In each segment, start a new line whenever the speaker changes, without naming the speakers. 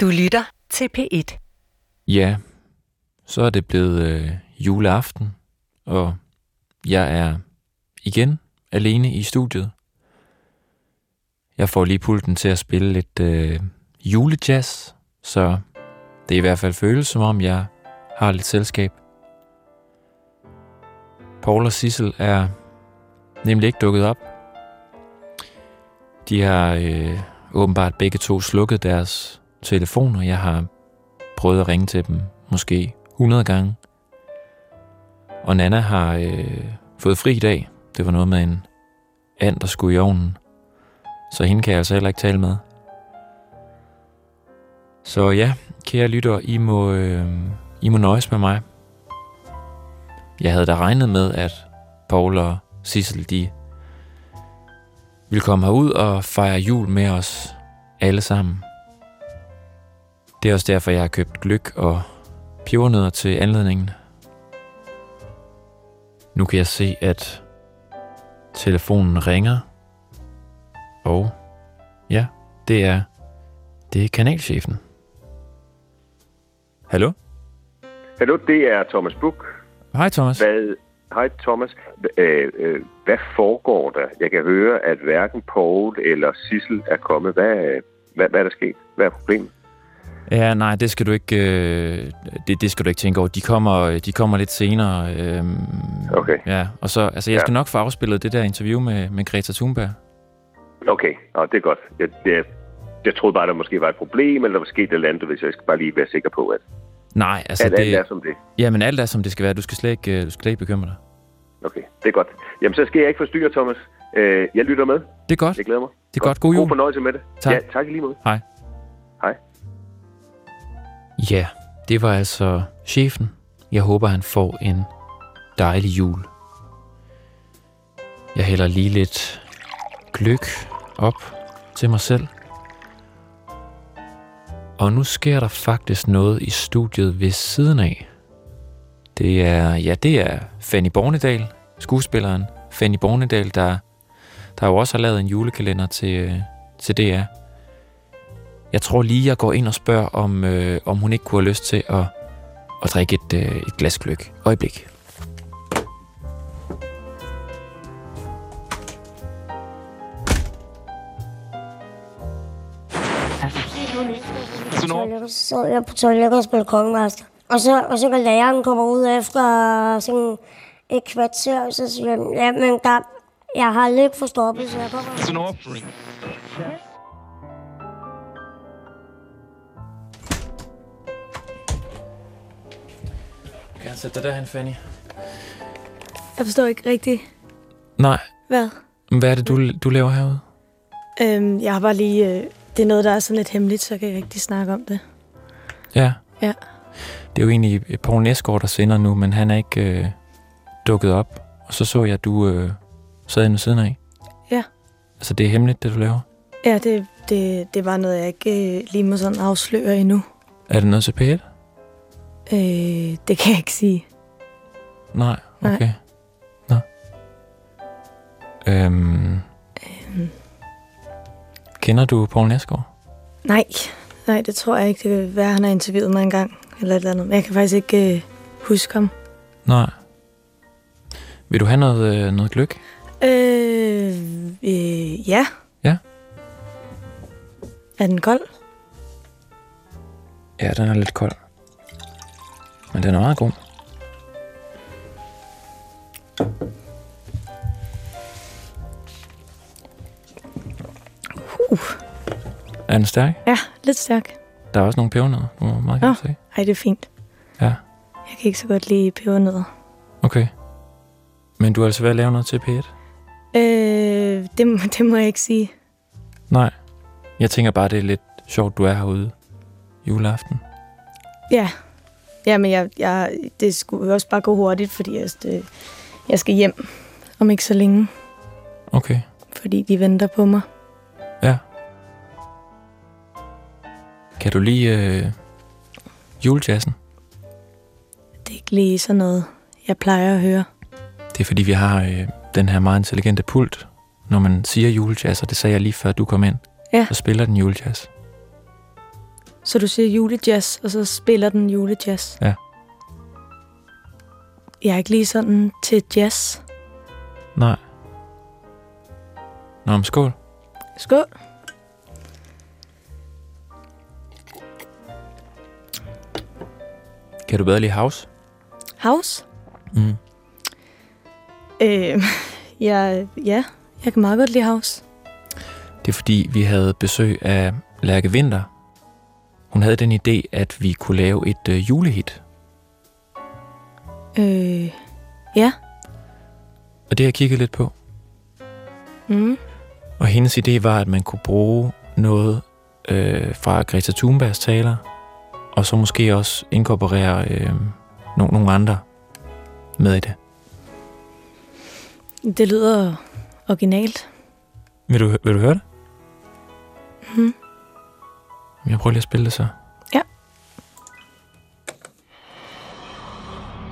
Du lytter til P1.
Ja, så er det blevet øh, juleaften, og jeg er igen alene i studiet. Jeg får lige pulten til at spille lidt øh, julejazz, så det i hvert fald føles som om, jeg har lidt selskab. Paul og Sissel er nemlig ikke dukket op. De har øh, åbenbart begge to slukket deres telefoner. Jeg har prøvet at ringe til dem måske 100 gange. Og Nana har øh, fået fri i dag. Det var noget med en and, der skulle i ovnen. Så hende kan jeg altså heller ikke tale med. Så ja, kære lytter, I må, øh, I må nøjes med mig. Jeg havde da regnet med, at Paul og Sissel, de ville komme herud og fejre jul med os alle sammen. Det er også derfor, jeg har købt gløk og pebernødder til anledningen. Nu kan jeg se, at telefonen ringer. Og ja, det er, det er kanalchefen. Hallo?
Hallo, det er Thomas Buk.
Hej Thomas.
Hvad, hej Thomas. Øh, øh, hvad foregår der? Jeg kan høre, at hverken Paul eller Sissel er kommet. Hvad, øh, hvad, hvad er der sket? Hvad er problemet?
Ja, nej, det skal du ikke, øh, det, det skal du ikke tænke over. De kommer, de kommer lidt senere. Øh,
Okay,
ja, og så, altså, jeg
Ja.
skal nok få afspillet det der interview med, med Greta Thunberg.
okay. Nå, det er godt. Jeg, jeg, jeg troede bare, der måske var et problem, eller der var sket et eller andet, hvis jeg skal bare lige være sikker på, at,
Nej, altså
at alt
det,
er som det.
jamen, alt er, som det skal være. Du skal slet ikke, øh, du skal slet ikke bekymre dig.
Okay, det er godt. Jamen, så skal jeg ikke forstyrre, Thomas. Øh, jeg lytter med.
Det er godt.
Jeg glæder mig.
Det er godt. God
God
jul.
fornøjelse med det.
Tak.
Ja, tak i lige måde.
Hej.
Hej.
Ja, det var altså chefen. Jeg håber, han får en dejlig jul. Jeg hælder lige lidt gløk op til mig selv. Og nu sker der faktisk noget i studiet ved siden af. Det er, ja, det er Fanny Bornedal, skuespilleren Fanny Bornedal, der, der jo også har lavet en julekalender til, øh, til DR. Jeg tror lige, jeg går ind og spørger, om, øh, om hun ikke kunne have lyst til at, at drikke et, øh, et glas gløk. Øjeblik.
toilettet, så sad jeg på toilettet og spillede kongemaster. Og så, og så går læreren kommer ud efter sådan et kvarter, og så siger han, ja, men der, jeg har lidt forstoppet, så jeg kommer.
It's an offering.
Du kan sætte dig derhen, Fanny.
Jeg forstår ikke rigtigt,
Nej,
hvad.
men hvad er det, du, du laver herude?
Øhm, jeg har bare lige... Øh, det er noget, der er sådan lidt hemmeligt, så jeg kan ikke rigtig snakke om det.
Ja.
Ja.
Det er jo egentlig Poul Næsgaard, der sender nu, men han er ikke øh, dukket op. Og så så jeg, at du øh, sad inde ved siden af.
Ja.
Altså, det er hemmeligt, det du laver.
Ja, det, det, det var noget, jeg ikke øh, lige må sådan afsløre endnu.
Er det noget til P1?
Øh, det kan jeg ikke sige.
Nej,
Nej.
okay. Nå. Øhm. Kender du Poul Næsgaard?
Nej, nej, det tror jeg ikke. Det kan være, han har interviewet mig engang, eller et eller andet. Men jeg kan faktisk ikke øh, huske ham.
Nej. Vil du have noget, øh, noget gløk?
Øh, øh, ja.
Ja.
Er den kold?
Ja, den er lidt kold. Men den er meget god.
Uh,
Er den stærk?
ja, lidt stærk.
Der er også nogle pebernødder, du må meget gerne se.
Ej, det er fint.
Ja,
Jeg kan ikke så godt lide pebernødder.
okay. Men du er altså ved at lave noget til P1?
Øh, det, må- det må jeg ikke sige.
Nej. Jeg tænker bare, det er lidt sjovt, du er herude juleaften.
Ja. Ja, men jeg, jeg, det skulle også bare gå hurtigt, fordi jeg, det, jeg skal hjem om ikke så længe,
Okay.
fordi de venter på mig.
Kan du lige øh, julejazzen?
Det er ikke lige sådan noget, jeg plejer at høre.
Det er fordi, vi har øh, den her meget intelligente pult, når man siger julejazz, og det sagde jeg lige før du kom ind.
Ja.
Så spiller den julejazz.
Så du siger julejazz, og så spiller den julejazz.
Ja.
Jeg er ikke lige sådan til jazz.
Nej. Nå, men skål.
Skål.
Kan du bedre lide house?
House?
Mm.
Øh, jeg, ja, jeg kan meget godt lide house.
Det er fordi, vi havde besøg af Lærke Vinter. Hun havde den idé, at vi kunne lave et øh, julehit.
Øh, ja.
Og det har jeg kigget lidt på.
Mm.
Og hendes idé var, at man kunne bruge noget øh, fra Greta Thunbergs taler, og så måske også inkorporere øh, no- nogle andre med i det.
Det lyder originalt.
Vil du, vil du høre det?
Mhm.
Jeg prøver lige at spille det så.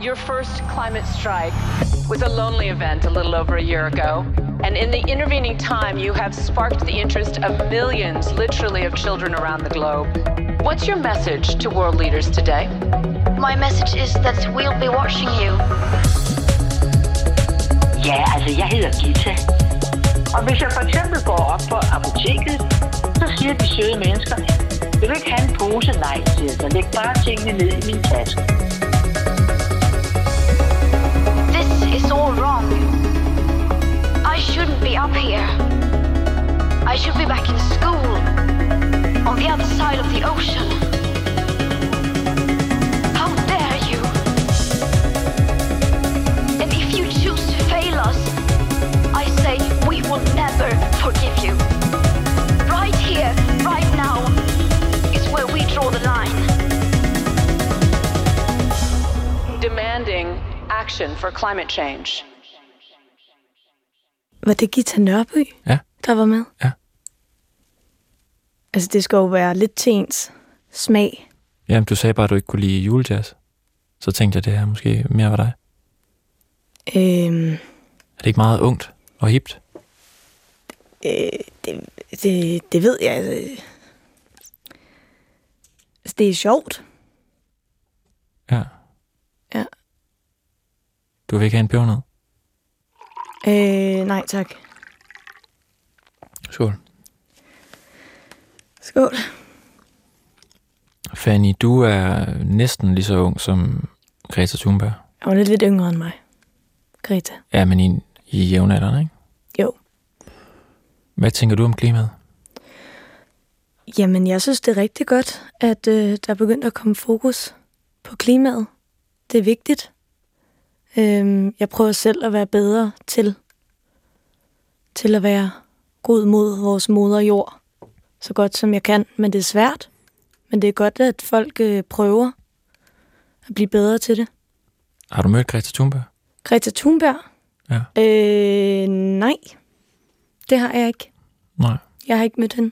Your first climate strike was a lonely event a little over a year ago. And in the intervening time, you have sparked the interest of millions, literally, of children around the globe. What's your message to world leaders today?
My message is that we'll be watching you.
Ja, altså jeg hedder Gita. Og hvis jeg for eksempel går op på apoteket, så siger de søde mennesker, vil du ikke have en pose? Nej, siger jeg, så læg bare tingene ned i min taske.
This is all wrong. I shouldn't be up here. I should be back in school. On the other side of the ocean. How dare you? And if you choose to fail us, I say we will never forgive you. Right here, right now, is where we draw the line.
Demanding action for climate change.
Var det Gita Nørby,
Ja.
der var med?
Ja.
Altså, det skal jo være lidt til ens smag.
Jamen, du sagde bare, at du ikke kunne lide julejazz. Så tænkte jeg, det her måske mere var dig.
Øhm,
Er det ikke meget ungt og hipt?
øh, det, det, det ved jeg. Altså, Altså, det er sjovt.
Ja.
Ja.
Du vil ikke have en pebernød?
Øh, nej, tak.
Skål.
Skål.
Fanny, du er næsten lige så ung som Greta Thunberg.
Hun er lidt yngre end mig. Greta.
Ja, men i, i jævnaldrende, ikke?
Jo.
Hvad tænker du om klimaet?
Jamen, jeg synes, det er rigtig godt, at øh, der er begyndt at komme fokus på klimaet. Det er vigtigt. Øhm, jeg prøver selv at være bedre til, til at være god mod vores moder jord, så godt som jeg kan. Men det er svært. Men det er godt, at folk øh, prøver at blive bedre til det.
Har du mødt Greta Thunberg?
Greta Thunberg?
Ja.
Øh, nej, det har jeg ikke.
Nej.
Jeg har ikke mødt hende.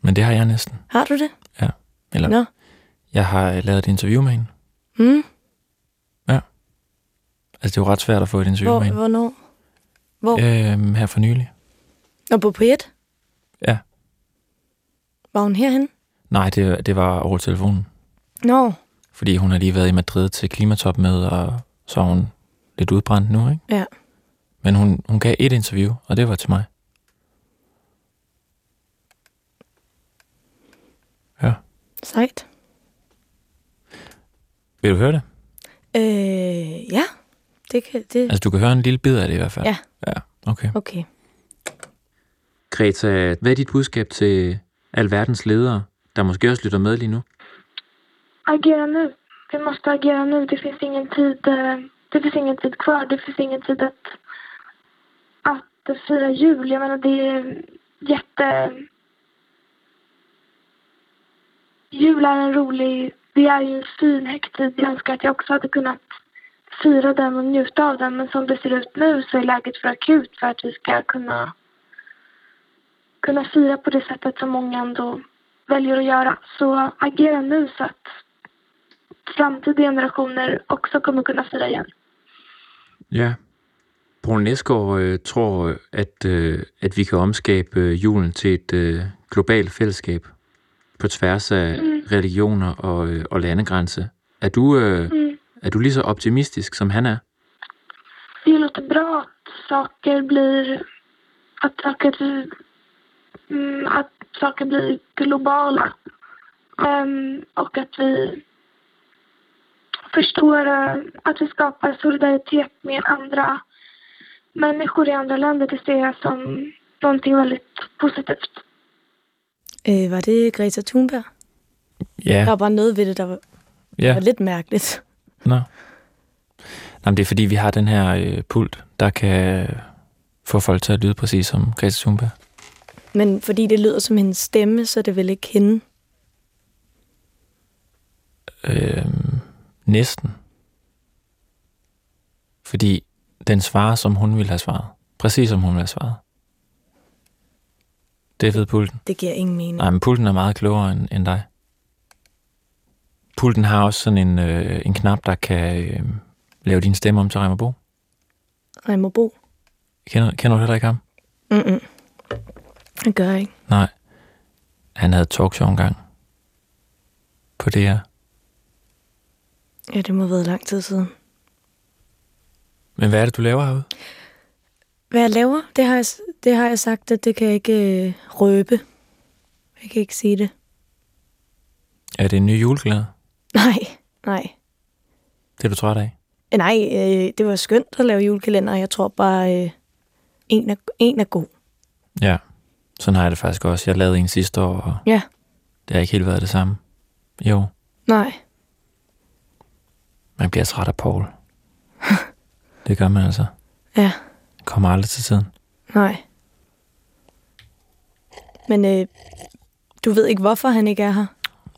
Men det har jeg næsten.
Har du det?
Eller,
Nå.
jeg har øh, lavet et interview med hende.
Hmm?
Altså, det er jo ret svært at få et interview
Hvor,
med hende.
hvornår? Hvor?
Øhm, her for nylig.
Og på P1?
Ja.
Var hun herhen?
Nej, det, det var over telefonen.
Nå,
Fordi hun har lige været i Madrid til klimatopmøde, og så er hun lidt udbrændt nu, ikke?
Ja.
Men hun, hun gav et interview, og det var til mig.
sejt.
Vil du høre det?
Mm. Øh, ja. Det kan, det,
Altså, du kan høre en lille bid af det i hvert fald.
Ja.
Ja, okay.
okay.
Greta, hvad er dit budskab til alverdens ledere, der måske også lytter med lige nu?
Agera nu. Vi måste agera nu. Det finns ingen tid, eh, det finns ingen tid kvar. Det finns ingen tid att, att fira jul. Jag menar, det är jätte... Jul är en rolig... Det är ju en fin högtid. Jag önskar att jag också hade kunnat fira den och njuta av den. Men som det ser ut nu så är läget för akut för att vi ska kunna, kunna fira på det sättet som många ändå väljer att göra. Så agera nu så att framtida generationer också kommer kunna fira igen.
Ja. Poul Nesgaard øh, tror, at, øh, at vi kan omskabe øh, julen til et øh, globalt fællesskab. på tværs af mm. religioner og, øh, og landegrænse. Er du, øh, mm. er du lige så optimistisk, som han er?
Det låter bra att saker blir... Att saker, mm, att saker blir globala. Um, och att vi förstår eh, att vi skapar solidaritet med andra människor i andra länder. Det ser jag som någonting väldigt positivt.
Øh, var det Greta Thunberg?
Ja.
Der var bare noget ved det, der var, ja.
ja.
var lidt mærkeligt.
Nå. Nå, men det er fordi, vi har den her øh, pult, der kan øh, få folk til at lyde præcis som Greta Thunberg.
Men fordi det lyder som hendes stemme, så er det vel ikke hende.
Øh, næsten. Fordi den svarer, som hun ville have svaret. Præcis som hun ville have svaret. Det ved pulten.
Det giver ingen mening.
Nej, men pulten er meget klogere end, end dig. Pulten har også sådan en, øh, en knap, der kan øh, lave din stemme om til Reimer Bo.
Nej, må bo.
Kender, kender du heller ikke ham?
Mm-mm. Det gør jeg ikke.
Nej. Han havde et talkshow engang. På det her.
Ja, det må have været lang tid siden.
Men hvad er det, du laver herude?
Hvad jeg laver, det har jeg, s- det har jeg sagt, at det kan jeg ikke øh, røbe. Jeg kan ikke sige det.
Er det en ny juleglæde?
Nej, nej.
Det er du træt af?
Øh, Nej, øh, det var skønt at lave julekalender. Jeg tror bare, øh, en, er, en er god.
Ja. Sådan har jeg det faktisk også. Jeg lavede en sidste år, og
Ja.
det har ikke helt været det samme. Jo,
Nej,
man bliver træt af Paul. det gør man altså.
ja,
Det kommer aldrig til tiden.
nej. Men øh, du ved ikke, hvorfor han ikke er her?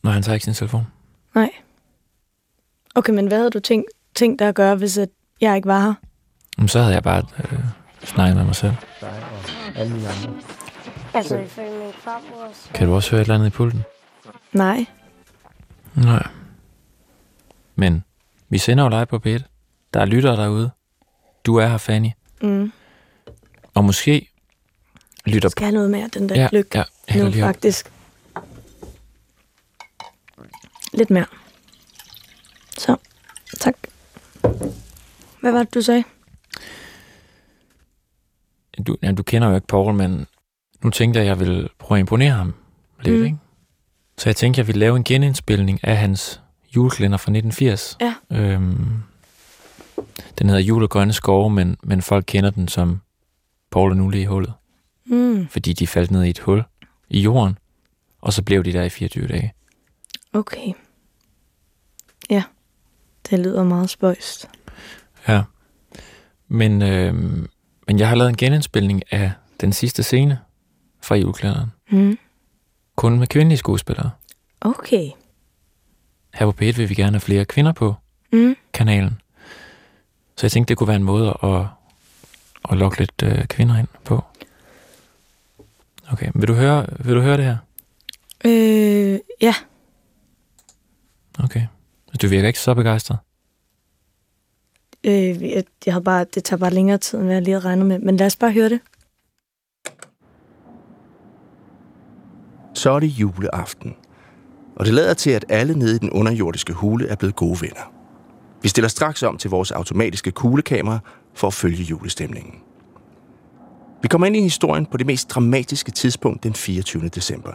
Når han tager ikke sin telefon.
Nej. Okay, men hvad havde du tænkt, tænkt dig at gøre, hvis at jeg ikke var her?
Jamen, så havde jeg bare øh, snakket med mig selv.
Altså, ifølge min farmor, så
Kan du også høre et eller andet i pulten?
Nej.
Nej. Men vi sender jo live på P1. Der er lyttere derude. Du er her, Fanny.
Mm.
Og måske lytter...
Skal jeg have noget mere af den der
Ja,
lykke
ja, hælder
nu,
lige op.
faktisk? Lidt mere. Så, tak. Hvad var det, du sagde?
Du, ja, du kender jo ikke Paul, men nu tænkte jeg, at jeg ville prøve at imponere ham lidt,
Mm.
mm. ikke? Så jeg tænkte, at jeg ville lave en genindspilning af hans juleklænder fra 1980.
Ja.
Øhm, den hedder Jul og Grønne Skove, men, men folk kender den som Paul og Nulle i hullet,
Mm,
fordi de faldt ned i et hul i jorden, og så blev de der i 24 dage.
okay. Ja, det lyder meget spøjst.
Ja. Men, øhm, men jeg har lavet en genindspilning af den sidste scene fra juleklænderen,
Mm.
kun med kvindelige skuespillere.
Okay.
Her på P1 vil vi gerne have flere kvinder på
Mm.
kanalen. Så jeg tænkte, det kunne være en måde at, at lokke lidt øh, kvinder ind på. Okay, vil du, høre, vil du høre det her?
Øh, ja.
Okay. Du virker ikke så begejstret.
Øh, jeg, jeg havde bare, det tager bare længere tid, end hvad jeg lige havde regnet med. Men lad os bare høre det.
Så er det juleaften. Og det lader til, at alle nede i den underjordiske hule er blevet gode venner. Vi stiller straks om til vores automatiske kuglekamera for at følge julestemningen. Vi kommer ind i historien på det mest dramatiske tidspunkt den 24. december.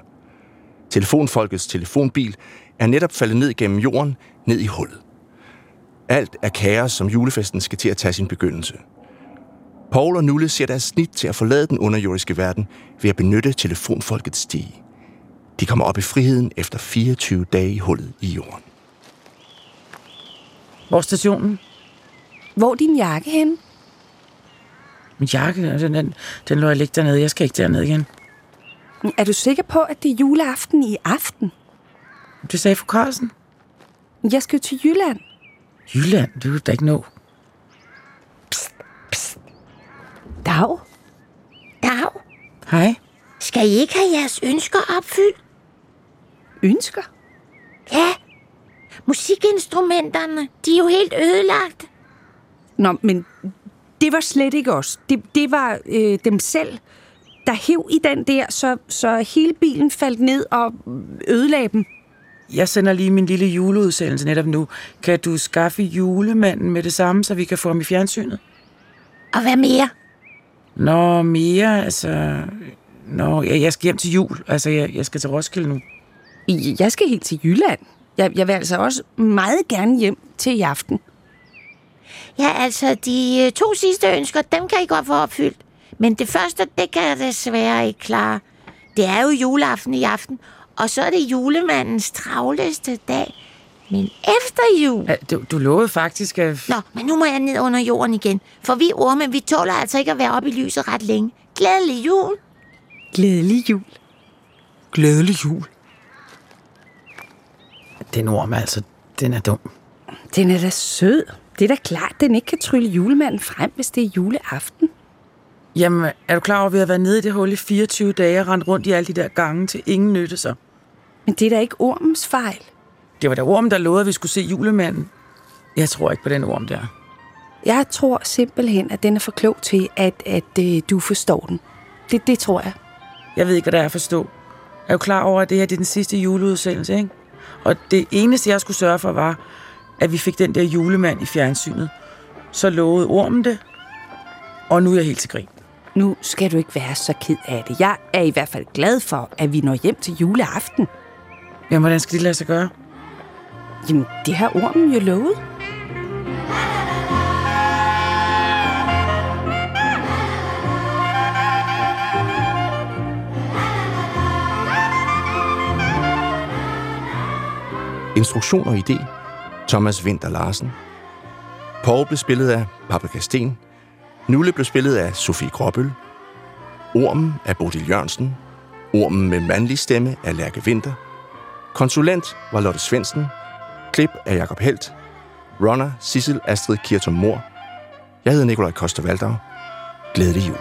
Telefonfolkets telefonbil er netop faldet ned gennem jorden, ned i hullet. Alt er kaos, som julefesten skal til at tage sin begyndelse. Paul og Nulle ser deres snit til at forlade den underjordiske verden ved at benytte telefonfolkets stige. De kommer op i friheden efter 24 dage i hullet i jorden.
Hvor er stationen?
Hvor er din jakke hen?
Min jakke, den, den, den lå jeg ligge dernede. Jeg skal ikke derned igen.
Er du sikker på, at det er juleaften i aften?
Det sagde fru Carlsen.
Jeg skal jo til Jylland.
Jylland, det kunne du da ikke nå.
Dag. Dag.
Hej.
Skal I ikke have jeres ønsker opfyldt?
Ønsker?
Ja. Musikinstrumenterne, de er jo helt ødelagt.
Nå, men det var slet ikke os. Det, det var øh, dem selv. der hev i den der, så, så hele bilen faldt ned og ødelagde dem.
Jeg sender lige min lille juleudsendelse netop nu. Kan du skaffe julemanden med det samme, så vi kan få ham i fjernsynet?
Og hvad mere?
Nå, mere, altså... Nå, jeg, jeg skal hjem til jul. Altså, jeg, jeg skal til Roskilde nu.
Jeg skal helt til Jylland. Jeg, jeg vil altså også meget gerne hjem til i aften.
Ja, altså, de øh, to sidste ønsker, dem kan I godt få opfyldt. Men det første, det kan jeg desværre ikke klare. Det er jo juleaften i aften, og så er det julemandens travleste dag. Men efter jul...
Du, du lovede faktisk, at...
Nå, men nu må jeg ned under jorden igen. For vi orme, vi tåler altså ikke at være oppe i lyset ret længe. Glædelig jul!
Glædelig jul.
Glædelig jul. Den orm, altså, den er dum.
Den er da sød. Det er da klart, den ikke kan trylle julemanden frem, hvis det er juleaften.
Jamen, er du klar over, at vi har været nede i det hul i 24 dage og rendt rundt i alle de der gange til ingen nytte så?
Men det er da ikke ormens fejl.
Det var da ormen, der lovede, at vi skulle se julemanden. Jeg tror ikke på den orm der.
Jeg tror simpelthen, at den er for klog til, at, at øh, du forstår den. Det, det tror jeg.
Jeg ved ikke, hvad der er at forstå. Er du klar over, at det her det er den sidste juleudsendelse, ikke? Og det eneste, jeg skulle sørge for, var, at vi fik den der julemand i fjernsynet. Så lovede ormen det, og nu er jeg helt til grin.
Nu skal du ikke være så ked af det. Jeg er i hvert fald glad for, at vi når hjem til juleaften.
Jamen, hvordan skal det lade sig gøre?
Jamen, det har ormen jo lovet.
Instruktion og idé, Thomas Vinter Larsen. Paul blev spillet af Paprika Sten. Nulle blev spillet af Sofie Gråbøl. Ormen af Bodil Jørgensen. Ormen med mandlig stemme af Lærke Vinter. Konsulent var Lotte Svendsen. Klip af Jakob Helt. Runner Sissel Astrid Kirtum Mor. Jeg hedder Nikolaj Koster Valdau. Glædelig jul.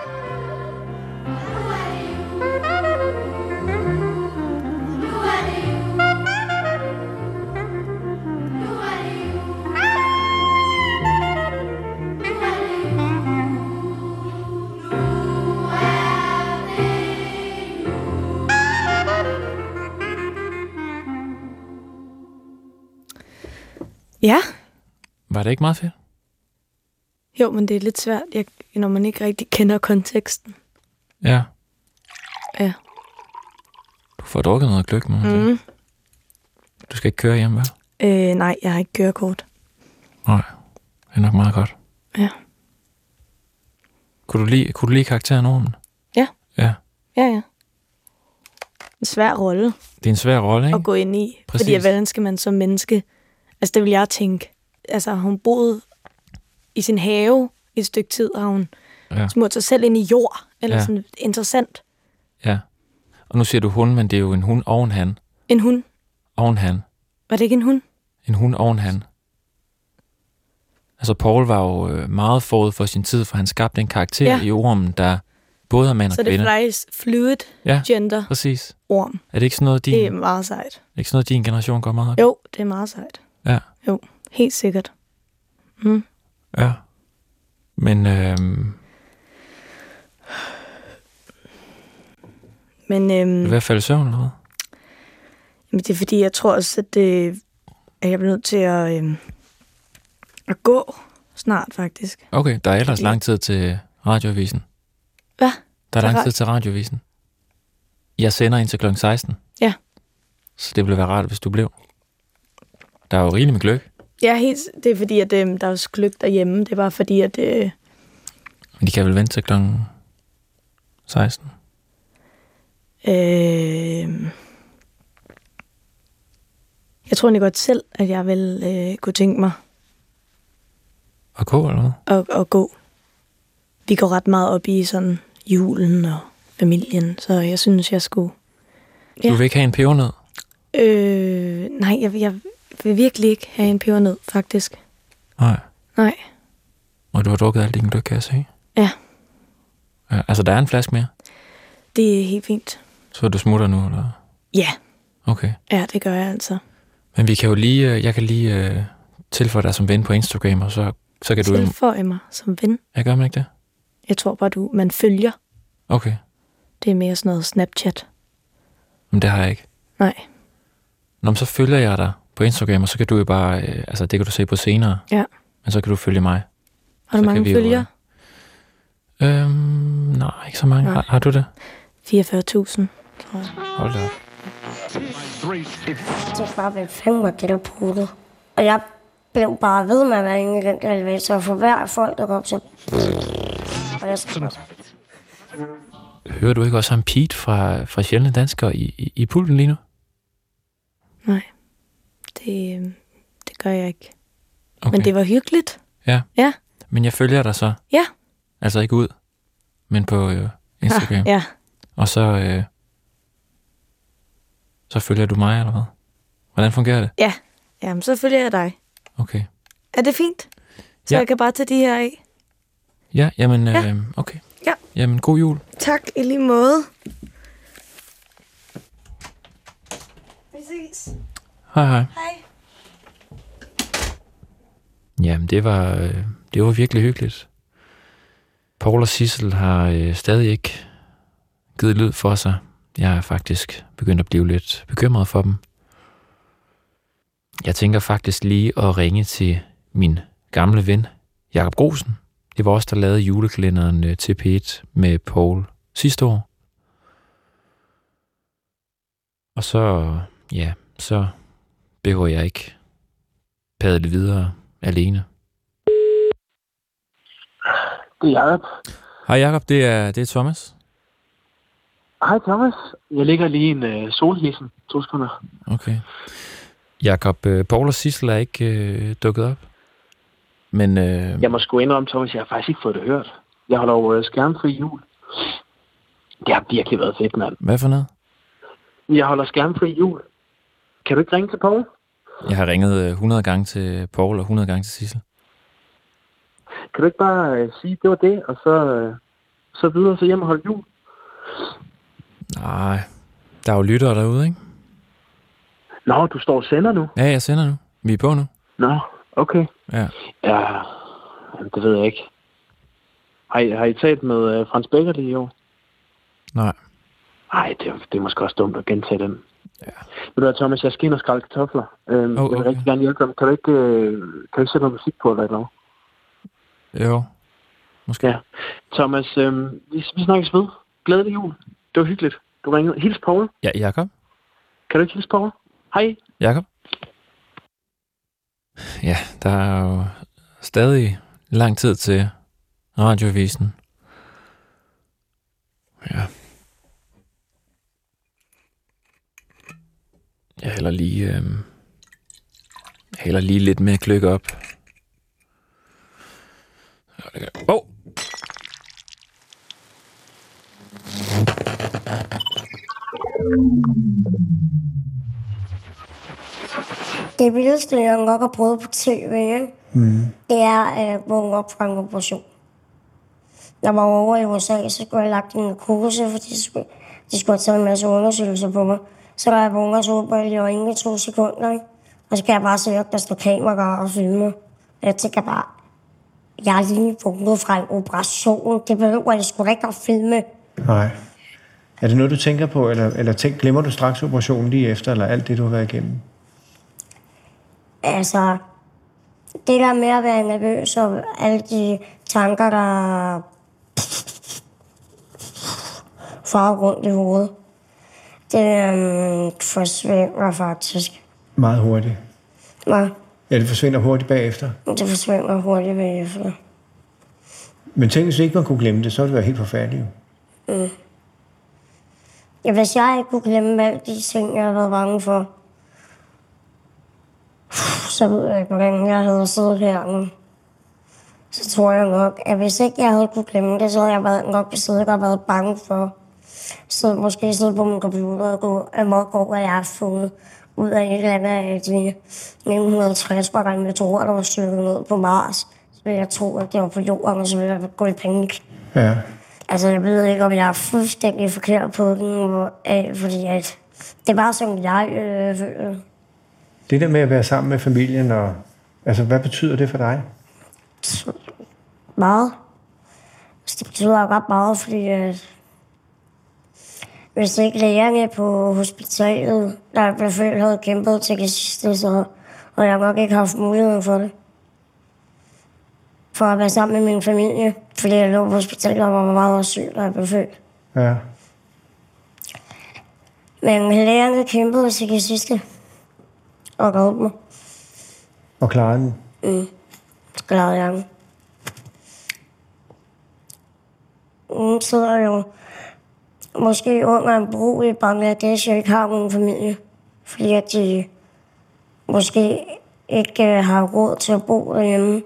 Ja.
Var det ikke meget fedt?
Jo, men det er lidt svært, jeg, når man ikke rigtig kender konteksten.
Ja.
Ja.
Du får drukket noget gløk, må man sige.
Mm.
Du skal ikke køre hjem, vel?
Øh, nej, jeg har ikke kørekort.
Nej. Det er nok meget godt.
Ja.
Kunne du lide, kunne du lide karakteren Ormen?
Ja.
Ja.
Ja, ja. En svær rolle
Det er en svær rolle, ikke?
at gå ind i.
Præcis.
Fordi hvordan skal man som menneske... Altså, det vil jeg tænke. Altså, hun boede i sin have i et stykke tid, og hun
Ja.
ja. smurt sig selv ind i jord. Eller
Ja.
ja. sådan interessant.
Ja. Og nu siger du hun, men det er jo en hund og en han.
En hund.
Og en han.
Var det ikke en hund?
En hund og en han. Altså, Paul var jo øh, meget forud for sin tid, for han skabte en karakter
Ja.
i ormen, der både er mand og
Så det er
kvinde.
faktisk fluid
Ja,
gender
præcis.
orm.
Er det ikke sådan noget, din,
Det er meget sejt.
ikke sådan noget, din generation går meget op? i?
Øhm. Jo, det er meget sejt.
Ja.
Jo, helt sikkert. Mm.
Ja. Men øhm,
Men
i
øhm,
hvert fald søvn eller hvad?
Jamen, det er fordi, jeg tror også, at, det, at jeg bliver nødt til at, øhm, at gå snart, faktisk.
Okay, der er ellers lang tid til radioavisen.
Hvad?
Der er
Til
lang
ra-
tid til radioavisen. Jeg sender ind til kl. 16.
Ja.
Så det ville være rart, hvis du blev. Der er jo rigeligt med gløk.
Ja, helt, det er fordi, at øhm, der er også gløk derhjemme. Det er bare fordi, at... Øh,
Men de kan vel vente til kl. 16.
øh, jeg tror egentlig godt selv, at jeg vil øh, kunne tænke mig
Og gå eller hvad?
at, at gå. Vi går ret meget op i sådan julen og familien, så jeg synes, jeg skulle...
Ja.
Ja.
Du vil ikke have en pebernød?
Øh, nej, jeg, jeg vil virkelig ikke have en pebernød, faktisk.
Nej.
Nej.
Og du har drukket alt din gløk, kan jeg se.
Ja.
ja. Altså, der er en flaske mere.
Det er helt fint.
Så du smutter nu, eller?
Ja,
Okay.
ja det gør jeg altså.
Men vi kan jo lige, øh, jeg kan lige øh, tilføje dig som ven på Instagram, og så, så kan du...
Tilføj mig som ven.
Jeg gør man ikke det?
Jeg tror bare, du man følger.
Okay.
Det er mere sådan noget Snapchat.
Men det har jeg ikke.
Nej.
Nå, men så følger jeg dig på Instagram, og så kan du jo bare... Øh, altså, det kan du se på senere.
Ja.
Men så kan du følge mig.
Har du
Så kan vi
mange
jo, øh,
følgere?
Øhm, nej, ikke så mange.
Nej.
Har, har, du det?
44.000, tror jeg.
Hold da op.
Så far blev fandme det der putte. Og jeg blev bare ved med at være inde i den der elevator, for hver folk, der kom så... Og jeg skal
Hører du ikke også ham Pete fra, fra Sjældne Danskere i, i, i pulten lige nu?
Nej, det, øh, det gør jeg ikke.
Okay.
Men det var hyggeligt.
Ja.
Ja.
Men jeg følger dig så.
Ja.
Altså ikke ud, men på øh, Instagram.
Ah, ja.
Og så, øh, så følger du mig, eller hvad? Hvordan fungerer det?
Ja, jamen så følger jeg dig.
Okay.
Er det fint? Så
Ja.
ja. jeg kan bare tage de her af.
Ja, jamen, øh,
Ja.
ja. okay.
Ja.
Jamen, god jul.
Tak i lige måde. Vi ses.
Hej, hej.
Hej.
Jamen, det var, øh, det var virkelig hyggeligt. Paul og Sissel har øh, stadig ikke givet lyd for sig. Jeg er faktisk begyndt at blive lidt bekymret for dem. Jeg tænker faktisk lige at ringe til min gamle ven, Jakob Grosen. Det var os, der lavede julekalenderen øh, til P1 med Paul sidste år. Og så, ja, så behøver jeg ikke padle videre alene.
Det er Jacob.
Hej Jakob, det er, det er Thomas.
Hej Thomas. Jeg ligger lige i en øh, solhissen. To sekunder.
Okay. Jakob, øh, Paul og Sissel er ikke øh, dukket op. Men øh,
Jeg må sgu indrømme, Thomas, jeg har faktisk ikke fået det hørt. Jeg holder over øh, skærmfri jul. Det har virkelig været fedt, mand.
hvad for noget?
Jeg holder skærmfri jul. Kan du ikke ringe til Paul?
Jeg har ringet øh, 100 gange til Paul og 100 gange til Sissel.
Kan du ikke bare øh, sige, det var det, og så, øh, så videre så hjem og holde jul?
Nej, der er jo lyttere derude, ikke?
Nå, du står og sender nu.
Ja, jeg sender nu. Vi er på nu.
Nå, okay.
Ja.
Ja, jamen, det ved jeg ikke. Har I, har I talt med øh, Frans Becker lige i år?
Nej.
Nej, det, er- det er måske også dumt at gentage den. Ja. Ved du hvad, Thomas, jeg skal ind og skrælle kartofler. Øhm, oh, okay. Jeg vil rigtig gerne hjælpe dig. men Kan du ikke, øh, kan du ikke sætte noget musik på eller et eller andet?
Jo. Måske.
Ja. Thomas, øh, vi, vi snakkes ved. Glædelig jul. Det var hyggeligt. Du ringede. Hils Paul.
Ja, Jakob?
Kan du ikke hilse Paul? Hej.
Jakob? Ja, der er jo stadig lang tid til radiovisen. Ja. Jeg hælder lige, øh, jeg hælder lige lidt mere gløk op. Åh! Oh!
Det vildeste, jeg nok har prøvet på tv, ikke?
Mm.
det er øh, vågen op fra en operation. Jeg var over i USA, så skulle jeg have lagt en narkose, fordi de skulle, de skulle have taget en masse undersøgelser på mig. Så der jeg vågner så på i øjnene i to sekunder, ikke? og så kan jeg bare se, at der står kameraer og filmer. Og jeg tænker bare, jeg er lige vågnet fra en operation. Det behøver jeg sgu da ikke at filme.
Nej. Er det noget, du tænker på, eller, eller tænk, glemmer du straks operationen lige efter, eller alt det, du har været igennem?
Altså, det der med at være nervøs og alle de tanker, der farer rundt i hovedet, det øhm, forsvinder faktisk.
Meget hurtigt.
Nej,
Ja, det forsvinder hurtigt bagefter.
det forsvinder hurtigt bagefter.
Men tænk, hvis ikke man kunne glemme det, så ville det være helt forfærdeligt. jo.
Mm. Ja, hvis jeg ikke kunne glemme alle de ting, jeg har været bange for, så ved jeg ikke, hvordan jeg havde siddet her nu. Så tror jeg nok, at hvis ikke jeg havde kunne glemme det, så havde jeg været nok siddet og været bange for. Så måske sidde på min computer og gå amok over, at jeg har fundet ud af et eller andet af de 1960, hvor der er en meteor, der var styrket ned på Mars. Så ville jeg tro, at det var på jorden, og så ville jeg gå i panik.
Ja.
Altså, jeg ved ikke, om jeg er fuldstændig forkert på den, hvor- af, fordi at det er bare sådan, jeg øh, føler.
Det der med at være sammen med familien, og, altså, hvad betyder det for dig?
meget. Altså, det betyder ret meget, fordi at øh, hvis ikke lægerne på hospitalet, der blev født, havde kæmpet til det sidste, så havde jeg nok ikke haft muligheden for det. For at være sammen med min familie, fordi jeg lå på hospitalet og var meget syg, da jeg blev født.
Ja.
Men lægerne kæmpede til det sidste og redde mig.
Og klarede den.
Mm. Klarede jeg den. Hun sidder jo måske under en bro i Bangladesh og ikke har nogen familie. Fordi at de måske ikke øh, har råd til at bo derhjemme.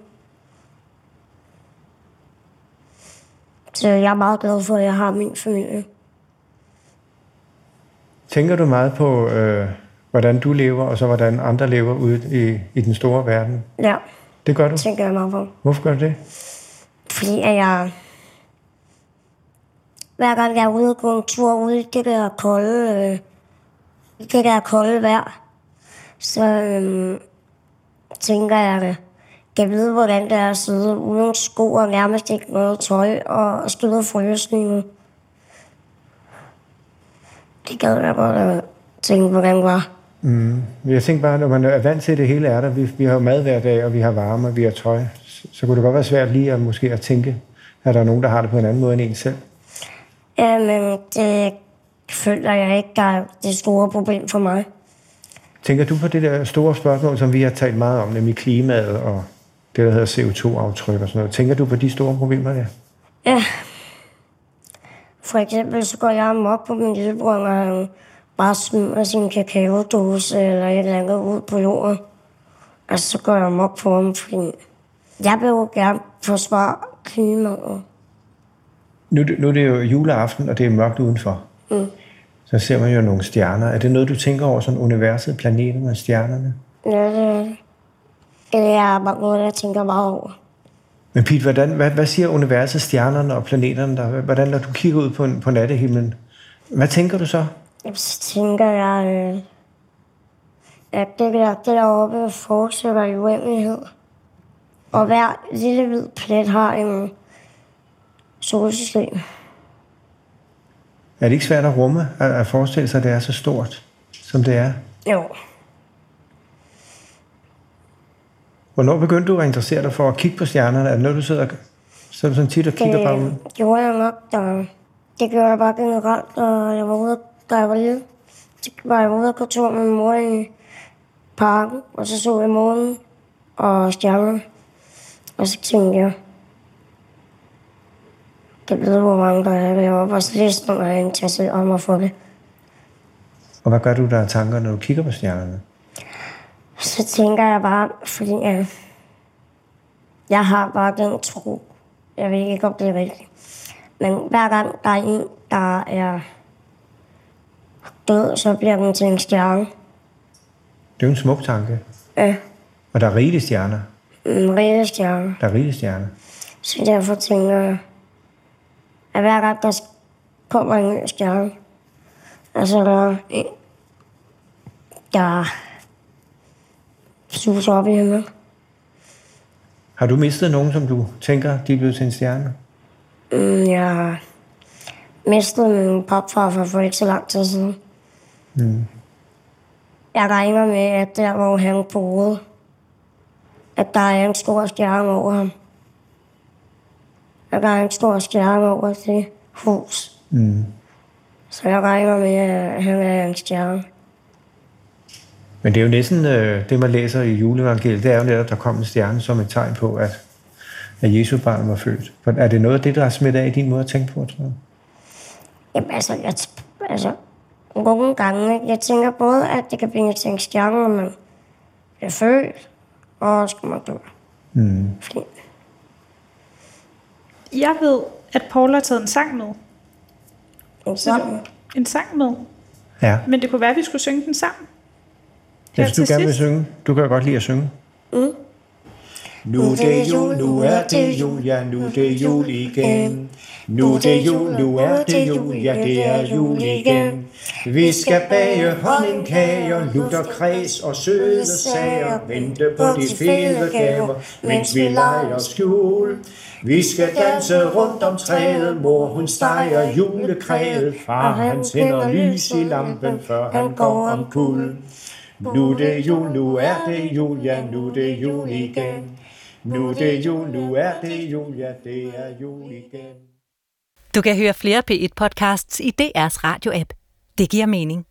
Så jeg er meget glad for, at jeg har min familie.
Tænker du meget på, øh, hvordan du lever, og så hvordan andre lever ude i, i den store verden?
Ja,
Det gør du?
det tænker jeg meget på.
Hvorfor gør du det?
Fordi at jeg... Hver gang jeg er ude og gå en tur ude i det der kolde... Øh, det der kolde vejr, så øhm, tænker jeg det. Kan jeg vide, hvordan det er at sidde uden sko og nærmest ikke noget tøj og spille frysningen? Det gad jeg godt at tænke, hvordan det var.
Mm. Jeg tænker bare, når man er vant til, at det hele er der, vi, vi har jo mad hver dag, og vi har varme, og vi har tøj, så, så kunne det godt være svært lige at, måske at tænke, at der er nogen, der har det på en anden måde end en selv.
Jamen, det føler jeg ikke, der er det store problem for mig.
Tænker du på det der store spørgsmål, som vi har talt meget om, nemlig klimaet og det, der hedder CO2-aftryk og sådan noget? Tænker du på de store problemer der?
Ja. For eksempel så går jeg amok på min lillebror, når han bare smider sin kakaodose eller et eller andet ud på jorden. Og så går jeg amok på ham, fordi jeg vil jo gerne forsvare klimaet.
Nu, er det- nu er det jo juleaften, og det er mørkt udenfor.
Mm.
Så ser man jo nogle stjerner. Er det noget, du tænker over, sådan universet, planeterne og stjernerne?
Ja, det er det. Det er bare noget, jeg tænker meget over.
Men Pete, hvordan, hvad, hvad siger universet, stjernerne og planeterne der? Hvordan, når du kigger ud på, en- på nattehimlen, hvad tænker du så?
Jamen, Så tænker jeg, øh, at det der, det deroppe fortsætter i uendelighed. Og hver lille hvid plet har en solsystem.
Er det ikke svært at rumme, at, at forestille sig, at det er så stort, som det er?
Jo,
Hvornår begyndte du at interessere dig for at kigge på stjernerne? Er det noget, du sidder og, sådan, sådan tit og kigger bare ud?
det Øh, gjorde jeg nok, da det gjorde jeg bare generelt, da jeg var ude, da jeg var lille. Så var jeg ude og gå tur med min mor i parken, og så så jeg månen og stjernerne. Og så tænkte jeg, det ved, hvor mange der er deroppe, og så læste jeg mig interesseret om at få det.
Og hvad gør du der af tanker, når du kigger på stjernerne?
Så tænker jeg bare, fordi jeg, jeg har bare den tro. Jeg ved ikke, om det er rigtigt. Men hver gang der er en, der er død, så bliver den til en stjerne.
Det er jo en smuk tanke.
Ja,
Og der er rigelige stjerner.
en rigtig stjerne.
Der er rigelige stjerner.
Så derfor tænker jeg, at hver gang der kommer en ny stjerne, og så er der en, der suser op i himlen.
Har du mistet nogen, som du tænker, de er blevet til en stjerne?
Mm, Jeg har mistet min popfarfar for ikke så lang tid siden.
Mm.
Jeg regner med, at der, hvor han boede, at der er en stor stjerne over ham. At der er en stor stjerne over det hus.
Mm.
Så jeg regner med, at han er en stjerne.
Men det er jo næsten øh, det, man læser i juleevangeliet, det er jo netop, at der kom en stjerne som et tegn på, at, at Jesu barn var født. For er det noget af det, der har smidt af i din måde at tænke på, tror jeg?
Jamen altså, jeg, t- altså nogle gange, ikke? jeg tænker både, at det kan blive til en stjerne, når man bliver født, og skal man dø.
Mm.
Jeg ved, at Paul har taget en sang med.
En
sang? En sang med.
Ja.
Men det kunne være, at vi skulle synge den sammen.
Jeg
Her
synes, du
til
gerne vil
sidst.
synge. Du kan jo godt lide at synge.
Mm.
Nu er det jul, nu er det jul, ja nu er det jul igen. Nu er det jul, nu er det jul, ja det er jul igen. Vi skal bage honningkager, lutter kreds og søde sager, vente på de fede gaver, mens vi leger skjul. Vi skal danse rundt om træet, mor hun steger julekræet, far han tænder lys i lampen, før han går om kul. Nu er det jul, nu er det jul, ja nu er det jul igen. Nu er det jul, nu er det jul, ja det er jul igen.
Du kan høre flere P1-podcasts i DR's radio-app. Det giver mening.